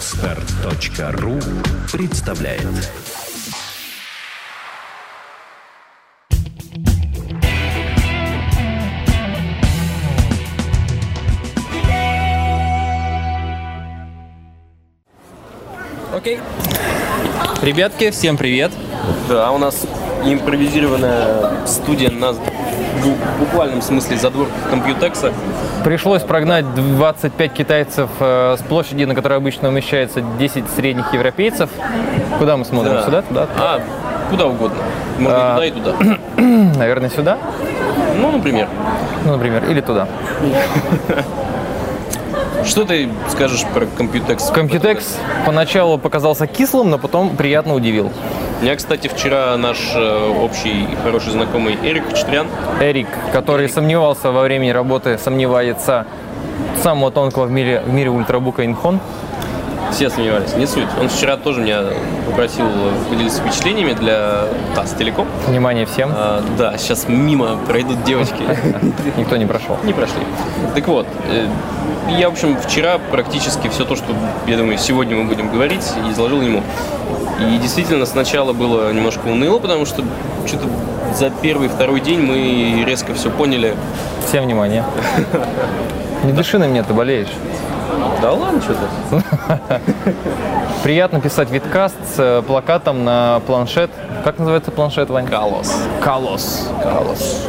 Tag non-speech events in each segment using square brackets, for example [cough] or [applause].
Отстар.ру представляет Окей. Ребятки, всем привет. Да, у нас импровизированная студия на бу- буквальном смысле задвор компьютекса. Пришлось прогнать 25 китайцев э, с площади, на которой обычно умещается 10 средних европейцев. Куда мы смотрим? Да. Сюда, туда? [clears throat] А. А, куда угодно. Можно и туда, [clears throat] и туда. Наверное, сюда. Ну, например. Ну, например, или туда. Что ты скажешь про компьютекс? Computex поначалу показался кислым, но потом приятно удивил. Меня, кстати, вчера наш э, общий и хороший знакомый Эрик Четрян. Эрик, который сомневался во времени работы, сомневается самого тонкого в мире, в мире ультрабука Инхон. Все сомневались, не суть. Он вчера тоже меня попросил э, поделиться впечатлениями для ТАСС Телеком. Внимание всем, А, да, сейчас мимо пройдут девочки. [laughs] никто не прошел. Не прошли. Так вот, э, я, в общем, вчера практически все то, что, я думаю, сегодня мы будем говорить, изложил ему. И действительно, сначала было немножко уныло, потому что что-то за первый-второй день мы резко все поняли. Всем внимание. Не дыши на меня, ты болеешь. Да ладно, что-то. Приятно писать виткаст с э, плакатом на планшет. Как называется планшет, Вань? Колос. Колос.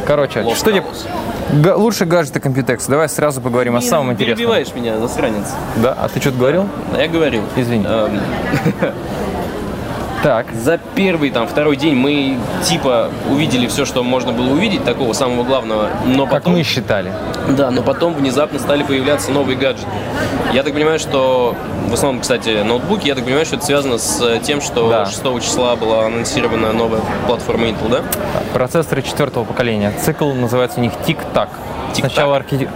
Короче, Лос что тебе... Колос. Га- лучше гаджеты Computex. Давай сразу поговорим о самом интересном. Перебиваешь меня, засранец. Да, а ты что-то говорил? А Я говорил. Извини. Эм, Так, За первый, там, второй день мы, типа, увидели все, что можно было увидеть, такого самого главного, но как потом... мы считали. Да, но потом внезапно стали появляться новые гаджеты. Я так понимаю, что в основном, кстати, ноутбуки, я так понимаю, что это связано с э, тем, что Да. 6 числа была анонсирована новая платформа Intel, да? Процессоры четвертого поколения. Цикл называется у них тик-так. Тик-так. Сначала архи-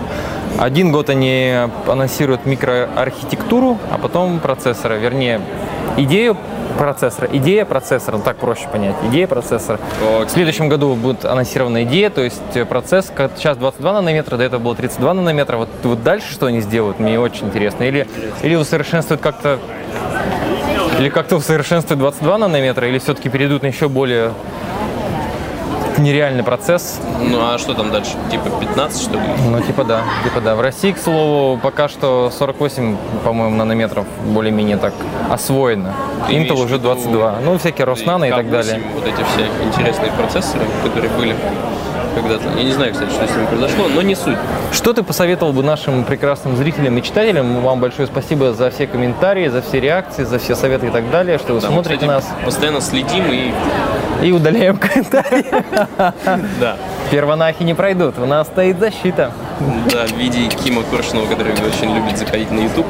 один год они анонсируют микроархитектуру, а потом процессоры. Вернее, идею процессора. Идея процессора, ну, так проще понять. Идея процессора. Окей. В следующем году будет анонсирована идея, то есть э, процесс ка- сейчас 22 нанометра, до этого было 32 нанометра. Вот, вот дальше что они сделают, мне очень интересно. Или, или усовершенствуют как-то или как-то усовершенствуют 22 нанометра, или все-таки перейдут на еще более нереальный процесс. Ну а что там дальше? Типа 15, что ли? Ну, типа да, типа да. В России, к слову, пока что 48, по-моему, нанометров более-менее так освоено. Ты имеешь Intel в уже виду- 22. Ну, всякие Роснаны и так K8, далее. Вот эти все интересные процессоры, которые были когда-то. Я не знаю, кстати, что с ними произошло, но не суть. Что ты посоветовал бы нашим прекрасным зрителям и читателям? Вам большое спасибо за все комментарии, за все реакции, за все советы и так далее, что вы Да, мы, смотрите кстати, нас Постоянно следим и... и удаляем [laughs] комментарии. Да. Первонахи не пройдут, у нас стоит защита. Да, в виде Кима Коршунова, который очень любит заходить на YouTube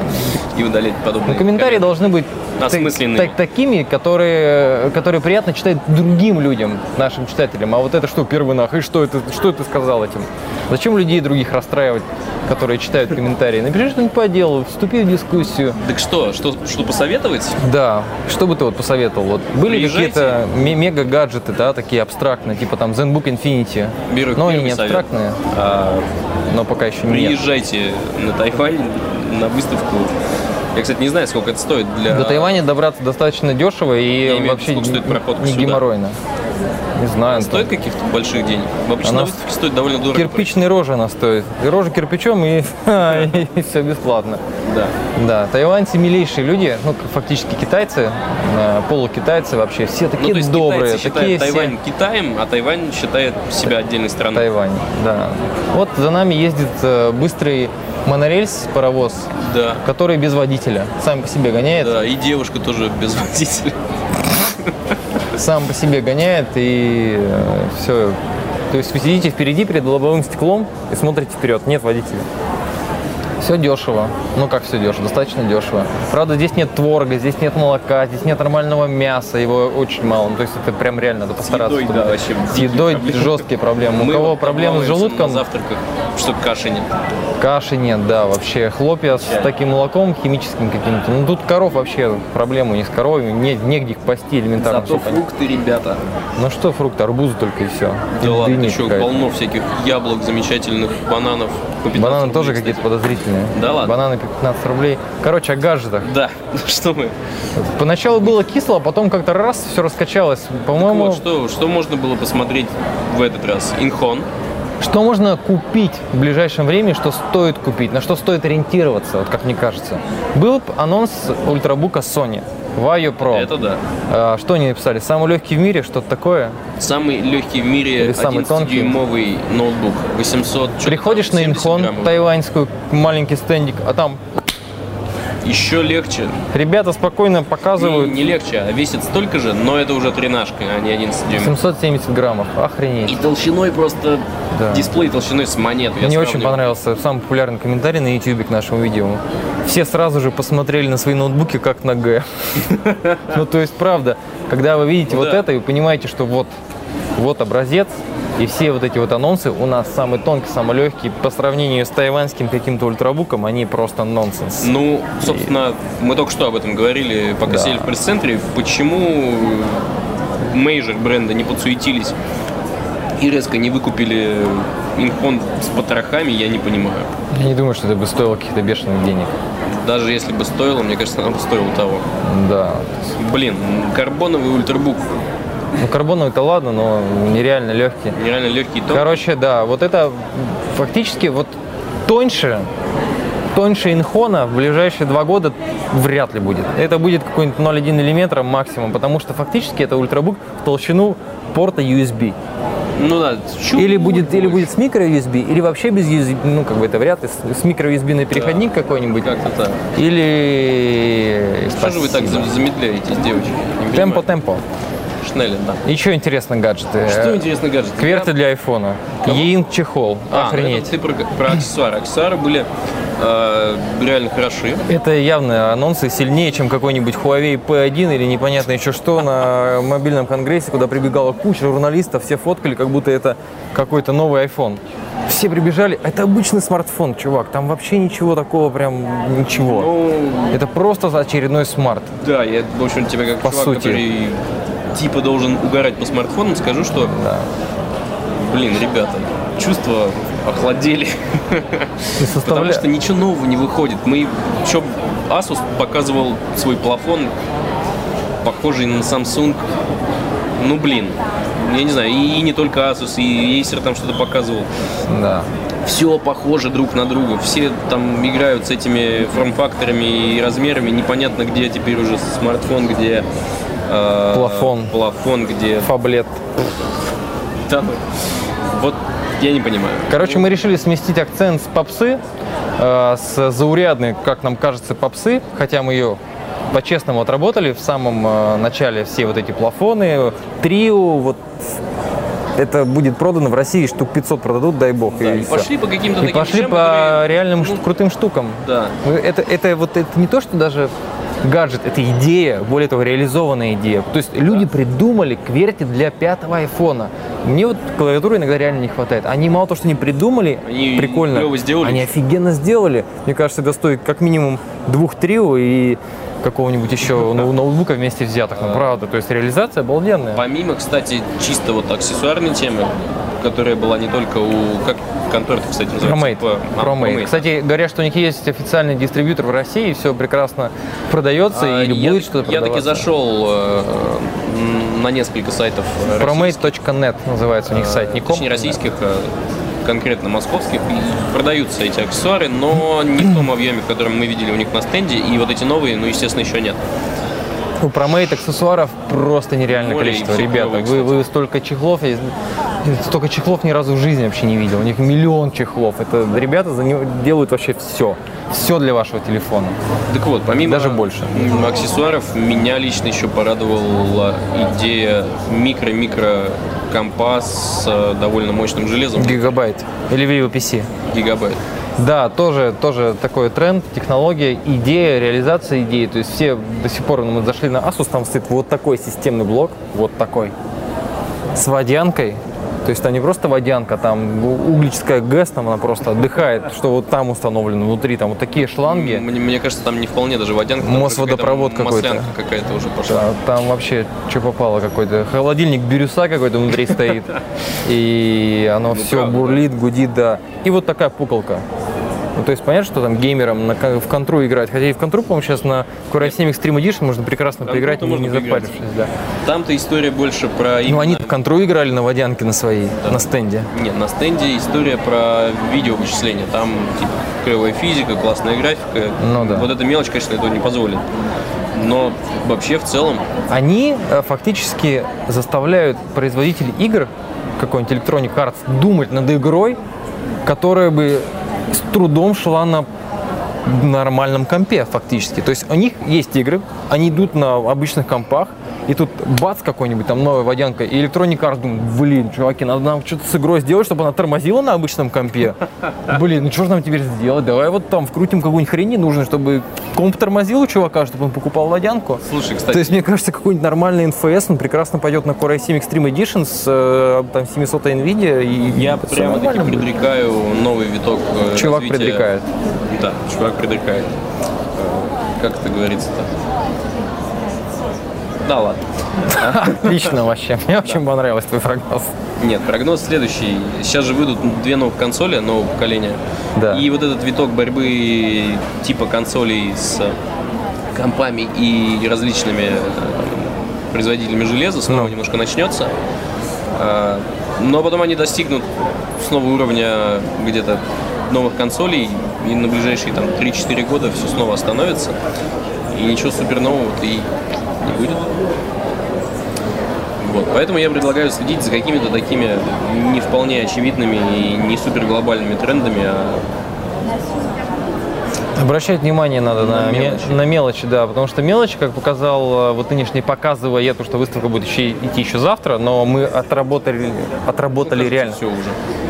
и удалять подобные... Ну, э, комментарии должны быть Осмысленными. так- такими, которые, которые приятно читать другим людям, нашим читателям. А вот это что, первый нах, и что это, что ты сказал этим? Зачем людей других расстраивать, которые читают комментарии? Напиши что-нибудь по делу, вступи в дискуссию. Так что, что, что посоветовать? Да, что бы ты вот посоветовал? Вот были ли Приезжайте. какие-то мега гаджеты, да, такие абстрактные, типа там ZenBook Infinity. Беру но они первый не совет. абстрактные, А, но пока еще нет. приезжайте на Тайвань на выставку. Я, кстати, не знаю, сколько это стоит для... До Тайваня добраться достаточно дешево А. Я имею в и виду, вообще сколько стоит проход не сюда? геморройно. Не знаю. Антон. Стоит каких-то больших денег? Обычно Она на выставке стоит довольно дорого. Кирпичный рожа она стоит. И рожа кирпичом, и, [laughs] все бесплатно. Да. Да, тайваньцы милейшие люди, ну, как фактически китайцы, э, полукитайцы вообще, все Ну, такие то есть добрые, китайцы такие считают Тайвань Китаем, а Тайвань считает себя отдельной все... страной. Тайвань, да. Вот за нами ездит э, быстрый монорельс, паровоз, Да. который без водителя, сам по себе гоняет, Да, и девушка тоже без [laughs] водителя. сам по себе гоняет, и все. То есть вы сидите впереди перед лобовым стеклом и смотрите вперед, нет водителя. Все дешево. Ну как все дешево? Достаточно дешево. Правда, здесь нет творога, здесь нет молока, здесь нет нормального мяса, его очень мало. Ну, то есть это прям реально надо постараться. едой, чтобы- да, вообще С дикие едой проблемы. жесткие проблемы. У Мы кого вот проблемы с обманываемся желудком, На завтраках, что каши нет. каши нет, да, вообще. Хлопья с Чай. таким молоком химическим каким-то. Ну тут коров вообще проблемы не с коровами, не, негде их пасти элементарно. Зато всё понятно. фрукты, ребята. Ну что фрукты, арбузы только и все. Да ладно, еще полно всяких яблок замечательных, бананов. по 15 Бананы рублей, тоже кстати. какие-то подозрительные. Да ладно? Бананы по 15 рублей. Короче, а о гаджетах. Да, [laughs] ну что мы. Поначалу было кисло, а потом как-то раз все раскачалось. По-моему, Вот, что, что можно было посмотреть в этот раз? Инхон. Что можно купить в ближайшем времени, что стоит купить, на что стоит ориентироваться, вот как мне кажется. Был б анонс ультрабука Sony, Vaio Pro. Это да. А, что они написали? Самый легкий в мире, что-то такое. Самый легкий в мире Или самый тонкий? 11-дюймовый ноутбук. 800... чё-то там, Приходишь на 70 Инхон граммов. тайваньскую, маленький стендик, а там Еще легче. ребята спокойно показывают Не, не легче, а весит столько же, но это уже тренажка, а не 11 дюймов. 770 граммов. И Охренеть. толщиной просто... Да. Дисплей толщиной с монету. Я Мне очень сравнивал. понравился самый популярный комментарий на YouTube к нашему видео. Все сразу же посмотрели на свои ноутбуки как на Г. [laughs] Ну, то есть, правда, когда вы видите Ну вот да. это, и вы понимаете, что вот, вот образец, и все вот эти вот анонсы у нас самый тонкий, самый легкий. По сравнению с тайваньским каким-то ультрабуком, они просто нонсенс. Ну, собственно, мы только что об этом говорили, пока Да. сидели в пресс-центре. Почему мейджор бренда не подсуетились и резко не выкупили Инхон с потрохами, я не понимаю. Я не думаю, что это бы стоило каких-то бешеных денег. Даже если бы стоило, мне кажется, она бы стоила того. Да. Блин, карбоновый ультрабук Ну, карбоновый-то ладно, но нереально легкий. нереально легкий тон. Короче, да, вот это фактически вот тоньше, тоньше инхона в ближайшие два года вряд ли будет. Это будет какой-нибудь 0,1 миллиметра максимум, потому что фактически это ультрабук в толщину порта USB. Ну да, чуть Или будет, или больше. будет с микро USB, или вообще без USB, ну как бы это вряд ли, с, с микро USB на переходник какой-нибудь. Как-то так. Или... Что же вы так Спасибо. за- замедляетесь, девочки? Не Темпо, понимаю. темпо. Шнелли, да. И что интересно гаджеты? Что Э, интересно, гаджет? Кверты для айфона. Еинг чехол. А, Охренеть. это ты про, про аксессуары. Аксессуары были э, реально хороши. Это явно анонсы сильнее, чем какой-нибудь Huawei P1 или непонятно еще что на мобильном конгрессе, куда прибегала куча журналистов, все фоткали, как будто это какой-то новый iPhone. Все прибежали, это обычный смартфон, чувак, там вообще ничего такого, прям ничего. Ну, Это просто очередной смарт. да, я, в общем, тебе как По чувак, сути. который типа должен угорать по смартфонам, скажу, что, блин, ребята, чувства охладели. [laughs] И Потому составля- что ничего нового не выходит. Мы еще Asus показывал свой плафон, похожий на Samsung. Ну, блин, я не знаю, и, и не только Asus, и Acer там что-то показывал. Да. все похоже друг на друга, все там играют с этими форм-факторами и размерами, непонятно где теперь уже смартфон, где э, Плафон. плафон, где Фаблет. да, ну, вот я не понимаю. Короче, мы решили сместить акцент с попсы, э, с заурядной, как нам кажется, попсы, хотя мы ее по-честному отработали в самом э, начале все вот эти плафоны, трио, вот это будет продано в России, штук 500 продадут, дай бог. Да, и всё. пошли по каким-то И таким пошли вещам, по которые, реальным ш- ну, крутым штукам. Да. Ну, Это, это вот это не то, что даже гаджет, это идея, более того, реализованная идея. То есть люди придумали кверти для пятого айфона. Мне вот клавиатуры иногда реально не хватает. Они мало того, что не придумали, Они прикольно, клёво сделали. они офигенно сделали. Мне кажется, это стоит как минимум двух трио и какого-нибудь [laughs] еще ноу- ноутбука вместе взятых. Ну, правда, то есть реализация обалденная. Помимо, кстати, чисто вот аксессуарной темы, которая была не только у... Как контора кстати, называется? Хромейт. По- а, Хромейт. Кстати, говорят, что у них есть официальный дистрибьютор в России, все прекрасно продается А, или я, будет что-то я таки продаваться. зашел э, м, на несколько сайтов э, Promate.net называется у них сайт, не ком. А, Точнее, российских, э, конкретно московских, и продаются эти аксессуары, но не в том объеме, в котором мы видели у них на стенде, и вот эти новые, ну, естественно, еще нет. У Promate Ну, аксессуаров просто нереальное Море и количество, всё ребята. клёвое, вы, вы столько чехлов, я столько чехлов ни разу в жизни вообще не видел. У них миллион чехлов. Это ребята за него делают вообще все. Все для вашего телефона. Так вот, помимо Даже больше. м, аксессуаров, меня лично еще порадовала идея микро-микро компа с э, довольно мощным железом, Гигабайт или VPC. гигабайт. Да, тоже, тоже такой тренд, технология, идея, реализация идеи. То есть все до сих пор ну, мы зашли на Asus, там стоит вот такой системный блок, вот такой, с водянкой. То есть там не просто водянка, там у- углическая ГЭС, там она просто отдыхает, что вот там установлено внутри, там вот такие шланги. Мне, мне кажется, там не вполне даже водянка. там Мосводопровод какая-то какой-то. Маслянка какая-то уже пошла. Да, А там вообще что попало какой-то. Холодильник бирюса какой-то внутри стоит. И оно все Ну, правда, да. бурлит, гудит, да. И вот такая пуколка. Ну, то есть понятно, что там геймерам на, кон- в контру играть. Хотя и в контру, по-моему, сейчас на Курасимик Stream Edition можно прекрасно Там поиграть, не, круто не можно поиграть. запарившись. Да. Там-то история больше про... Ну, именно- они в контру играли на водянке на своей, на стенде. Нет, на стенде история про видеовычисления. Там, типа, клевая физика, классная графика. Ну да. Вот эта мелочь, конечно, этого не позволит. Но вообще в целом Они э, фактически заставляют производителей игр, какой-нибудь Electronic Arts, думать над игрой, которая бы с трудом шла на нормальном компе фактически. То есть у них есть игры, они идут на обычных компах, и тут бац какой-нибудь там новая водянка, и Electronic Arts думает, блин, чуваки, надо нам что-то с игрой сделать, чтобы она тормозила на обычном компе. Блин, ну что же нам теперь сделать? Давай вот там вкрутим какую-нибудь хрень нужно, чтобы комп тормозил у чувака, чтобы он покупал водянку. Слушай, кстати. То есть, мне кажется, какой-нибудь нормальный NFS, он прекрасно пойдет на Core i7 Extreme Edition с э, там 700 NVIDIA. И Я всё прямо-таки нормально будет. предрекаю новый виток э, Чувак развития. предрекает. Да, чувак предрекает. Э, Как это говорится-то? Да ладно. Отлично вообще. Мне очень понравилось твой прогноз. Нет, прогноз следующий. Сейчас же выйдут две новых консоли нового поколения. Да. И вот этот виток борьбы типа консолей с компами и различными э, производителями железа снова Ну. немножко начнется. Э, Но потом они достигнут снова уровня где-то новых консолей, и на ближайшие там 3-4 года все снова остановится. И ничего супер нового и не будет. Вот, поэтому я предлагаю следить за какими-то такими не вполне очевидными и не супер глобальными трендами, а Обращать внимание надо на, На ме- мелочи. на мелочи, да, потому что мелочи, как показал э, вот нынешний показывая, то, что выставка будет еще, идти еще завтра, но мы отработали, отработали реально. все уже.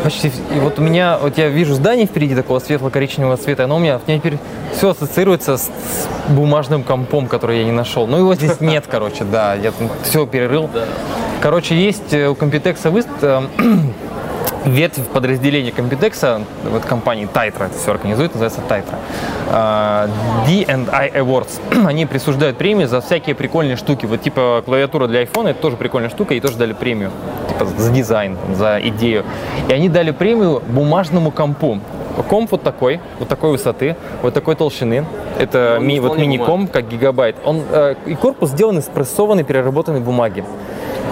Почти. вс- И вот у меня, вот я вижу здание впереди такого светло-коричневого цвета, оно у меня, у меня теперь все ассоциируется с, с бумажным компом, который я не нашел. Но его здесь нет, короче, да, я все перерыл. Короче, есть э, у Компитекса выст, э, ветвь подразделения Компитекса, вот компании Тайтра это все организует, называется Тайтра. А, D&I Awards. [clears throat] Они присуждают премии за всякие прикольные штуки. Вот типа клавиатура для iPhone, это тоже прикольная штука, ей тоже дали премию. Типа за дизайн, там, за идею. И они дали премию бумажному компу. Комп вот такой, вот такой высоты, вот такой толщины. Это Ну, Он ми- не вот вполне мини-комп, как гигабайт. Он, э, и корпус сделан из прессованной, переработанной бумаги.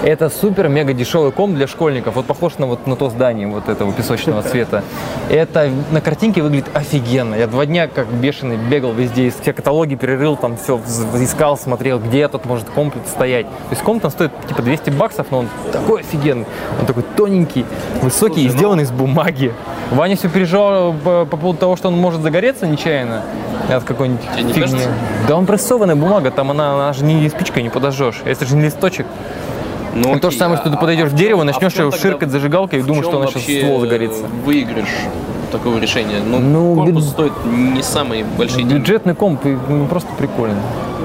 Это супер-мега дешевый комп для школьников. Вот похож на, вот, на то здание вот этого песочного цвета. Это на картинке выглядит офигенно. Я два дня как бешеный бегал везде, все каталоги перерыл, там все искал, смотрел, где этот может комп стоять. То есть комп там стоит типа 200 баксов, но он такой офигенный. Он такой тоненький, высокий и Слушай, ну- сделан из бумаги. Ваня все переживал э, по, по поводу того, что он может загореться нечаянно от какой-нибудь Тебе не фигни. кажется? Да он прессованная бумага, там она, она же не спичкой не подожжешь. Это же не листочек. Ну, Это то же окей, самое, что ты а- подойдешь а к дереву, в чем- а в начнешь чем его тогда- ширкать зажигалкой и в думаешь, чем что она сейчас вообще, ствол э, загорится. Выигрыш такого решения. Ну, Ну, корпус бю- стоит не самые большие деньги. Бюджетный комп, и, ну, просто прикольно.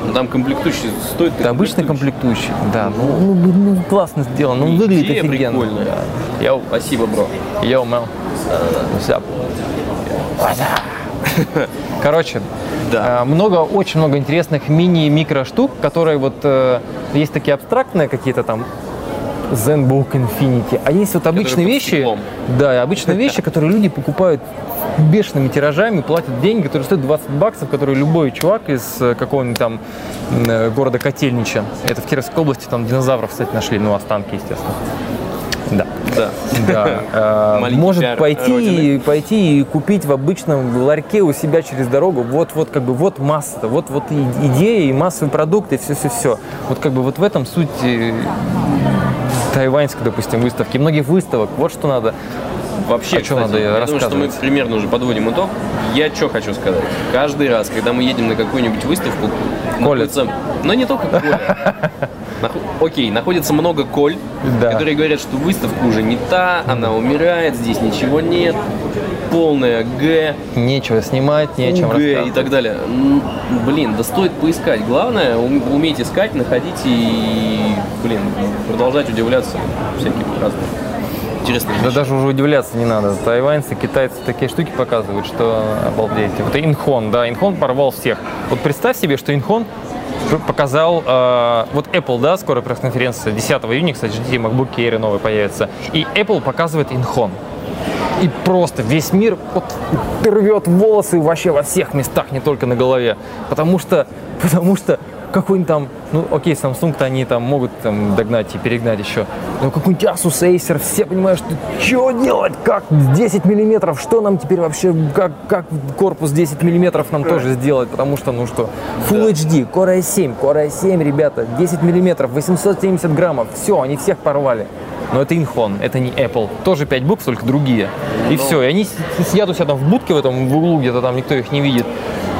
Ну, Там комплектующий стоит. Это обычный комплектующий. Да, ну, ну, ну, классно сделан, он выглядит Идея офигенно. прикольная. Я, спасибо, бро. Йоу, Мел. Вся. [laughs] Короче, Да. э, много, очень много интересных мини и микро штук, которые вот э, есть такие абстрактные какие-то там ZenBook Infinity, а есть вот обычные под вещи, стеклом. да, и [laughs] обычные вещи, которые люди покупают бешеными тиражами, платят деньги, которые стоят 20 баксов, которые любой чувак из э, какого-нибудь там э, города Котельнича, это в Кировской области, там динозавров, кстати, нашли, ну, останки, естественно. Да. Да. Да. э, Маленький Может пиар пойти и, Родины. пойти и купить в обычном ларьке у себя через дорогу. Вот, вот, как бы, вот масса, вот, вот и идеи, и массовый продукт, и все-все-все. Вот как бы вот в этом суть э, тайваньской, допустим, выставки. Многих выставок. Вот что надо. Вообще, А чё кстати, надо я думаю, что мы рассказывать? примерно уже подводим итог. Я что хочу сказать. Каждый раз, когда мы едем на какую-нибудь выставку, Колят. находится... Но не [laughs] только колят. Нахо- Окей, находится много коль, Да. которые говорят, что выставка уже не та, она умирает, здесь ничего нет, полная Г, Нечего снимать, нечем УГ и рассказывать. так далее. М, Блин, да стоит поискать. Главное, ум- уметь искать, находить и, блин, продолжать удивляться всяким разным интересным Да даже уже удивляться не надо. Тайваньцы, китайцы такие штуки показывают, что обалдеть. Вот Инхон, да, Инхон порвал всех. Вот представь себе, что Инхон п- показал, э, вот Apple, да, скоро пресс-конференция 10 июня, кстати, ждите, MacBook Air новый появится. И Apple показывает Инхон. и просто весь мир вот рвет волосы вообще во всех местах, не только на голове. Потому что, потому что какой-нибудь там, ну окей, Samsung-то они там могут там догнать и перегнать еще, но какой-нибудь Asus Acer, все понимают, что что делать, как 10 миллиметров, что нам теперь вообще, как, как корпус 10 миллиметров нам тоже сделать, потому что, ну что, Full HD, Core i7, Core i7, ребята, 10 миллиметров, 870 граммов, все, они всех порвали. Но это Инхон, это не Apple. Тоже 5 букв, только другие. И все. И они си- сидят у себя там в будке в этом в углу, где-то там никто их не видит.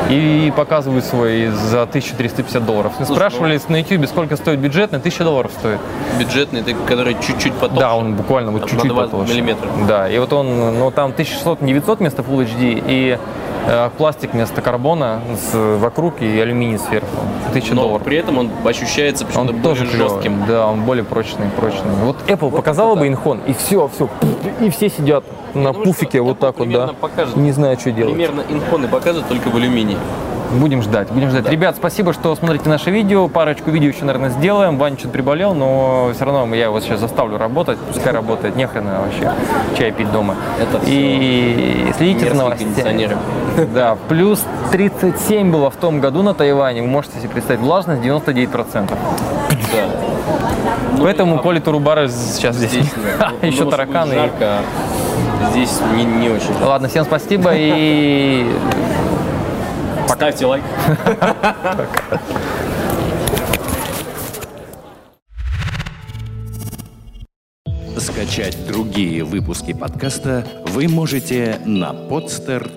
И показывают свои за 1350 долларов. ну- Спрашивали на YouTube, сколько стоит бюджетный, 1000 долларов стоит. Бюджетный, ты- который чуть-чуть потом. Да, он буквально вот Там чуть-чуть на 20 потолще. миллиметров. Да, и вот он, ну там 1600-900 вместо Full HD и э, пластик вместо карбона с, вокруг и алюминий сверху. 1000 но долларов. при этом он ощущается Он почему-то более тоже клёвый. жестким. Да, он более прочный, прочный. Вот Apple показала бы Инхон, и все, все, и все сидят на Потому пуфике что вот Apple так вот, да. примерно покажет. Не знаю, что делать. Примерно инфоны показывают только в алюминии. Будем ждать, будем ждать. Ребят, спасибо, что смотрите наше видео. Парочку видео еще, наверное, сделаем. Ваня что-то приболел, но все равно я его сейчас заставлю работать. Пускай работает, нехрена вообще чай пить дома. Это всё И следите за мерзкие новостями. кондиционеры. [laughs] Да, плюс 37 было в том году на Тайване. Вы можете себе представить, влажность 99%. [laughs] Да. Ну Поэтому Коля Турубара сейчас здесь. Здесь да. [laughs] Ну, Еще потому что тараканы. будет Жарко, а здесь не, не очень. Ладно, всем спасибо и Поставьте лайк. Скачать другие выпуски подкаста вы можете на podster.ru